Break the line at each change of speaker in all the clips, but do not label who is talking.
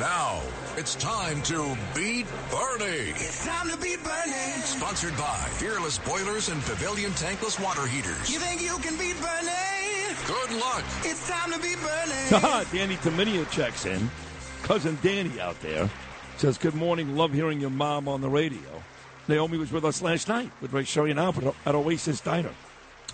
Now it's time to beat Bernie.
It's time to beat Bernie.
Sponsored by Fearless Boilers and Pavilion Tankless Water
You
Heaters.
think you can beat Bernie?
Good luck.
It's time to beat Bernie.
Haha, Ah, Danny Dominio checks in. Cousin Danny out there says, Good morning. Love hearing your mom on the radio. Naomi was with us last night with Ray Sherry and Alfred at Oasis Diner,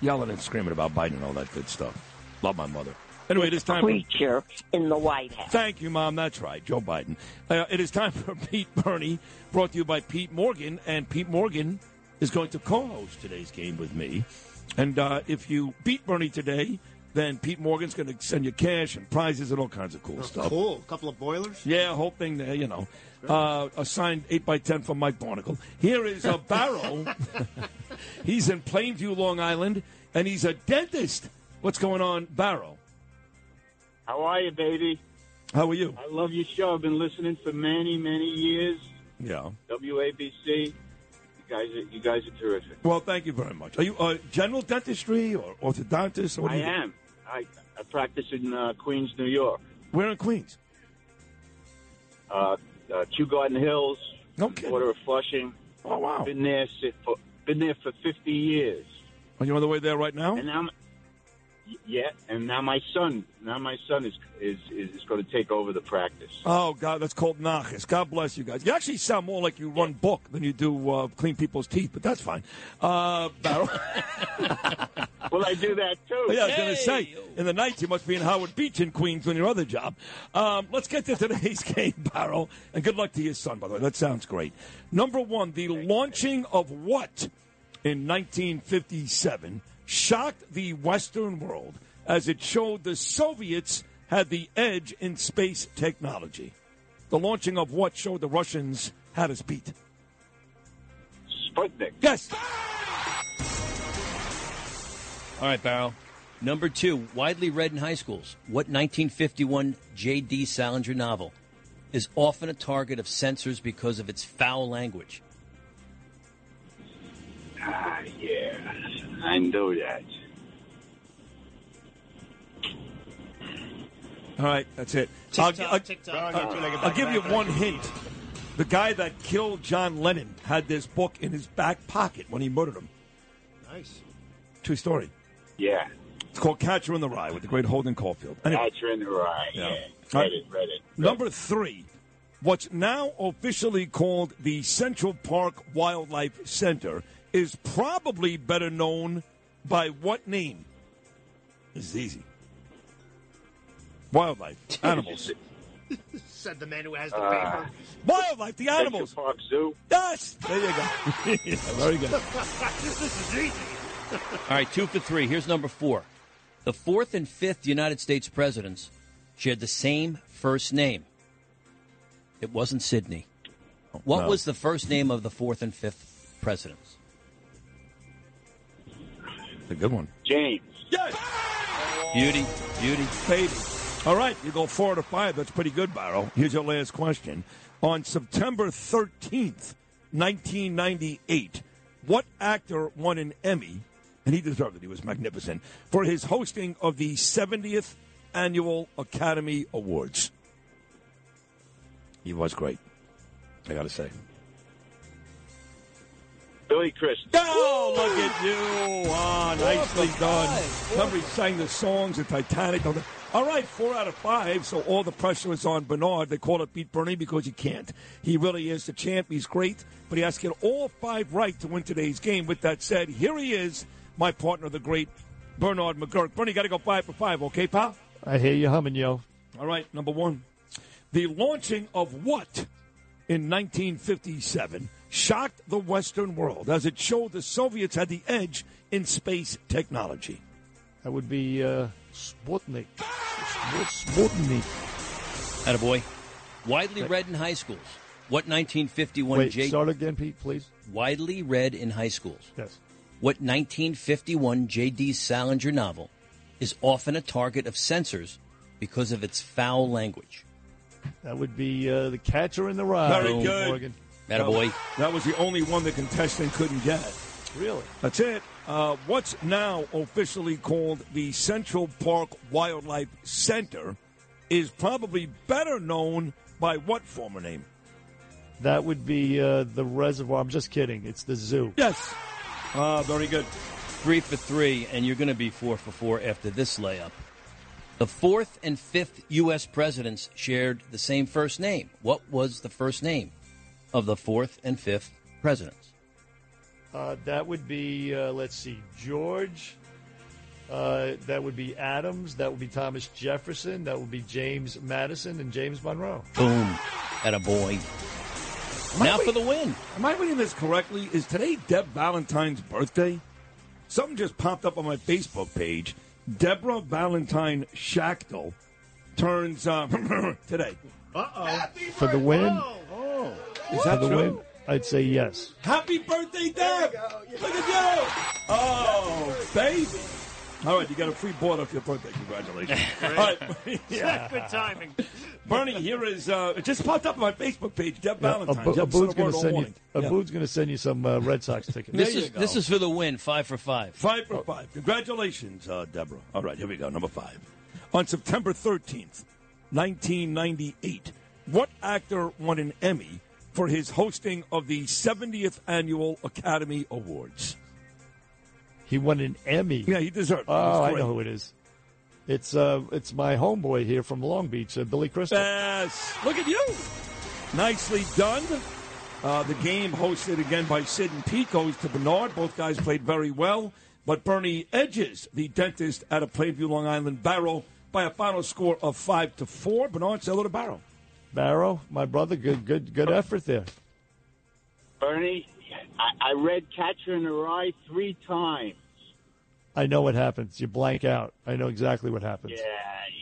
yelling and screaming about Biden and all that good stuff. Love my mother. Anyway, it is time. For,
preacher in the White House.
thank you, Mom. That's right, Joe Biden. Uh, it is time for Pete Bernie, brought to you by Pete Morgan. And Pete Morgan is going to co host today's game with me. And uh, if you beat Bernie today, then Pete Morgan's going to send you cash and prizes and all kinds of cool
Oh.
stuff.
Cool. A couple of boilers.
Yeah, whole thing there, you know. Uh, a signed 8 by 10 from Mike Barnacle. Here is a Barrow. he's in Plainview, Long Island, and he's a dentist. What's going on, Barrow?
How are you, baby?
How are you?
I love your show. I've been listening for many, many years.
Yeah.
WABC. You guys are, you guys are terrific.
Well, thank you very much. Are you uh, general dentistry or orthodontist? Or what
I
do you do?
am. I, I practice in uh, Queens, New York.
We're in Queens.
Uh, uh, Kew Garden Hills.
No kidding.
Water of Flushing.
Oh, wow.
Been there si- for been there for 50 years.
Are you on the way there right now?
And now, my- yeah. And now my son. Now my son is is is going to take over the practice.
Oh, God, that's called Nachas. God bless you guys. You actually sound more like you run book than you do uh, clean people's teeth, but that's fine. Uh, Barrow.
Well, I do that too.
Yeah, I was going to say, in the nights you must be in Howard Beach in Queens on your other job. Um, let's get to today's game, Barrow, and good luck to your son, by the way. That sounds great. Number one, the launching of what in 1957 shocked the Western world as it showed the Soviets had the edge in space technology. The launching of what showed the Russians had us beat.
Sputnik.
Yes,
All right, Barrow. Number two, widely read in high schools. What 1951 J.D. Salinger novel is often a target of censors because of its foul language?
Ah, yeah. I know that.
all right, that's it. I'll- I'll- I'll give you one hint. The guy that killed John Lennon had this book in his back pocket when he murdered him.
Nice.
True story.
Yeah.
It's called Catcher in the Rye with the great Holden Caulfield. Anyway,
Catcher in the Rye. Yeah. Read it, read it.
number three, what's now officially called the Central Park Wildlife Center is probably better known by what name? This is easy. Wildlife, animals.
Said the man who has the paper.
Wildlife, the animals.
Central Park Zoo.
Yes, there you go. Yeah, very good.
this is easy.
All right, two for three. Here's number four. The fourth and fifth United States presidents shared the same first name. It wasn't Sidney. What
No.
was the first name of the fourth and fifth presidents?
It's a good one.
James.
Yes.
Beauty, beauty.
baby. All right, you go four to five. That's pretty good, Barrow. Here's your last question. On September 13th, 1998, what actor won an Emmy? And he deserved it. He was magnificent for his hosting of the 70th annual Academy Awards. He was great. I got to say.
Billy Crystal.
Oh, look at you. Ah, nicely done. Somebody sang the songs of Titanic. All right, four out of five, so all the pressure is on Bernard. They call it Beat Bernie because he can't. He really is the champ. He's great, but he has to get all five right to win today's game. With that said, here he is, my partner, the great Bernard McGurk. Bernie, got to go five for five, okay, pal?
I hear you humming, yo.
All right, number one. The launching of what in 1957 shocked the Western world as it showed the Soviets had the edge in space technology.
That would be uh, Sputnik. Sput- Sputnik.
Attaboy. Widely read in high schools. What 1951
Wait,
J.
start again, Pete, please.
Widely read in high schools.
Yes.
What 1951 J.D. Salinger novel is often a target of censors because of its foul language?
That would be uh, the catcher in the rye.
Very
Boom,
good.
Morgan.
Attaboy.
That was the only one the contestant couldn't get.
Really?
That's it. Uh, what's now officially called the Central Park Wildlife Center is probably better known by what former name?
That would be uh, the reservoir. I'm just kidding. It's the zoo.
Yes. Ah, very good.
three for three, and you're going to be four for four after this layup. The fourth and fifth U.S. presidents shared the same first name. What was the first name of the fourth and fifth presidents?
Uh, that would be, uh, let's see, George. Uh, that would be Adams. That would be Thomas Jefferson. That would be James Madison and James Monroe.
Boom. At a boy. Now for the win.
Am I reading this correctly? Is today Deb Valentine's birthday? Something just popped up on my Facebook page. Deborah Valentine Schachtel turns uh, today.
For the win?
Is
For
that
the
true?
win? I'd say yes.
Happy birthday, Deb! Look at you! Oh, baby! All right, you got a free board off your birthday. Congratulations. All right, yeah.
Good timing.
Bernie, here is, uh, it just popped up on my Facebook page, Deb Valentine.
Abu-
Jeff
Abu's
Sutherland
going to
all
send you.
morning. Yeah.
Abu's going to send you some uh, Red Sox tickets.
This
you
is,
go.
this is for the win, five for five.
Five for five. Congratulations, uh, Deborah. All right, here we go. Number five. On September 13th, 1998, what actor won an Emmy for his hosting of the 70th Annual Academy Awards?
He won an Emmy.
Yeah, he deserved it. It was
Oh, I
great.
know who it is. It's uh, it's my homeboy here from Long Beach, uh, Billy Crystal.
Yes. Look at you. Nicely done. Uh, the game hosted again by Sid and Pete goes to Bernard. Both guys played very well, but Bernie edges the dentist at a Plainview Long Island barrel by a final score of five to four. Bernard, say hello to Barrow.
Barrow, my brother, good good good effort there.
Bernie, I, I read Catcher in the Rye three times.
I know what happens. You blank out. I know exactly what happens.
Yeah,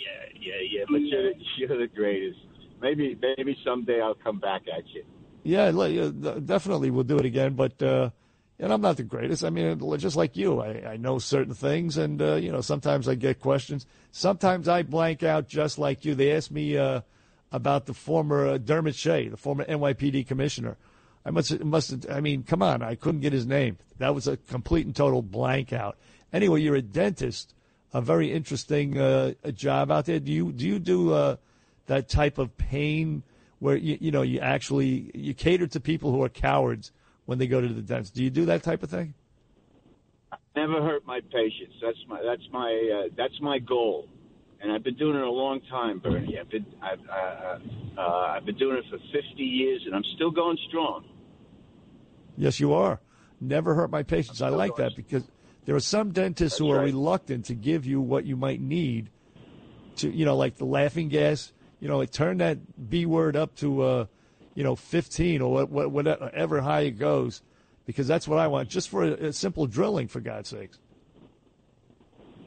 yeah, yeah, yeah. But you're, you're the greatest. Maybe, maybe someday I'll come back at you.
Yeah, le- yeah, d- definitely we'll do it again. But uh, and I'm not the greatest. I mean, l- just like you, I, I know certain things, and uh, you know sometimes I get questions. Sometimes I blank out, just like you. They asked me uh, about the former uh, Dermot Shea, the former NYPD commissioner. I must must. I mean, come on, I couldn't get his name. That was a complete and total blank out. Anyway, you're a dentist, a very interesting uh, a job out there. Do you do you do uh, that type of pain? where you, you know you actually you cater to people who are cowards when they go to the dentist. Do you do that type of thing?
Never hurt my patients. That's my that's my uh, that's my goal, and I've been doing it a long time, Bernie. I've been I've uh, uh, I've been doing it for 50 years, and I'm still going strong.
Yes, you are. Never hurt my patients. I like that because there are some dentists who
That's
are
right.
reluctant to give you what you might need to, you know, like the laughing gas. You know, it turned that B word up to, uh, you know, 15 or what- what- whatever high it goes, because that's what I want, just for a, a simple drilling, for God's sakes.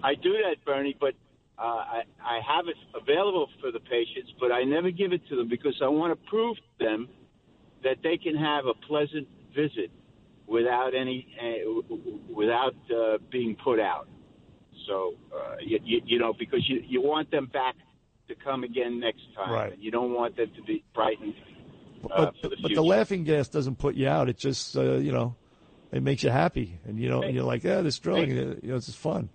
I do that, Bernie, but uh, I I have it available for the patients, but I never give it to them because I want to prove to them that they can have a pleasant visit without any uh, w- w- without uh, being put out. So uh, you, you, you know because you you want them back to come again next time.
Right.
You don't want them to be frightened. Uh,
but
for the
but
future.
the laughing gas doesn't put you out. It just uh, you know, it makes you happy, and you know you're like, yeah, this drilling, uh, you know, it's just fun.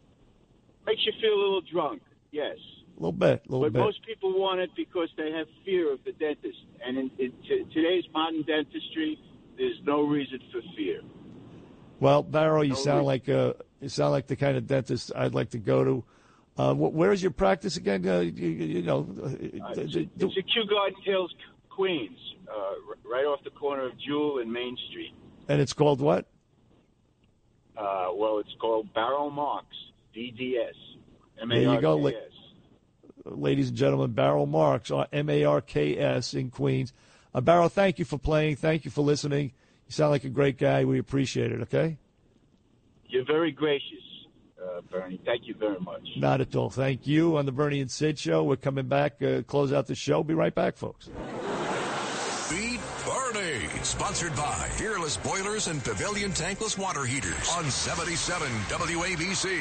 Makes you feel a little drunk. Yes.
A little bit, a little
But
bit.
most people want it because they have fear of the dentist. And in, in t- today's modern dentistry, there's no reason for fear.
well, Barrow, you
No
sound
worries.
like uh, you sound like the kind of dentist I'd like to go to. Uh, wh- where is your practice again? Uh, you, you you know, uh, d- d- d-
It's a Kew Garden Hills, Queens, uh, r- right off the corner of Jewel and Main Street.
and it's called what?
Uh, well, it's called Barrow Marks, DDS.
you go, like-
M-A-R-K-S.
ladies and gentlemen, Barrel Marks, uh, M A R K S in Queens. Uh, Barrel, thank you for playing. Thank you for listening. You sound like a great guy. We appreciate it. Okay.
You're very gracious. uh, Bernie. Thank you very much.
Not at all. Thank you on the Bernie and Sid show. We're coming back, uh, close out the show. Be right back, folks.
Beat Bernie. Sponsored by Fearless Boilers and Pavilion Tankless Water Heaters on 77 WABC.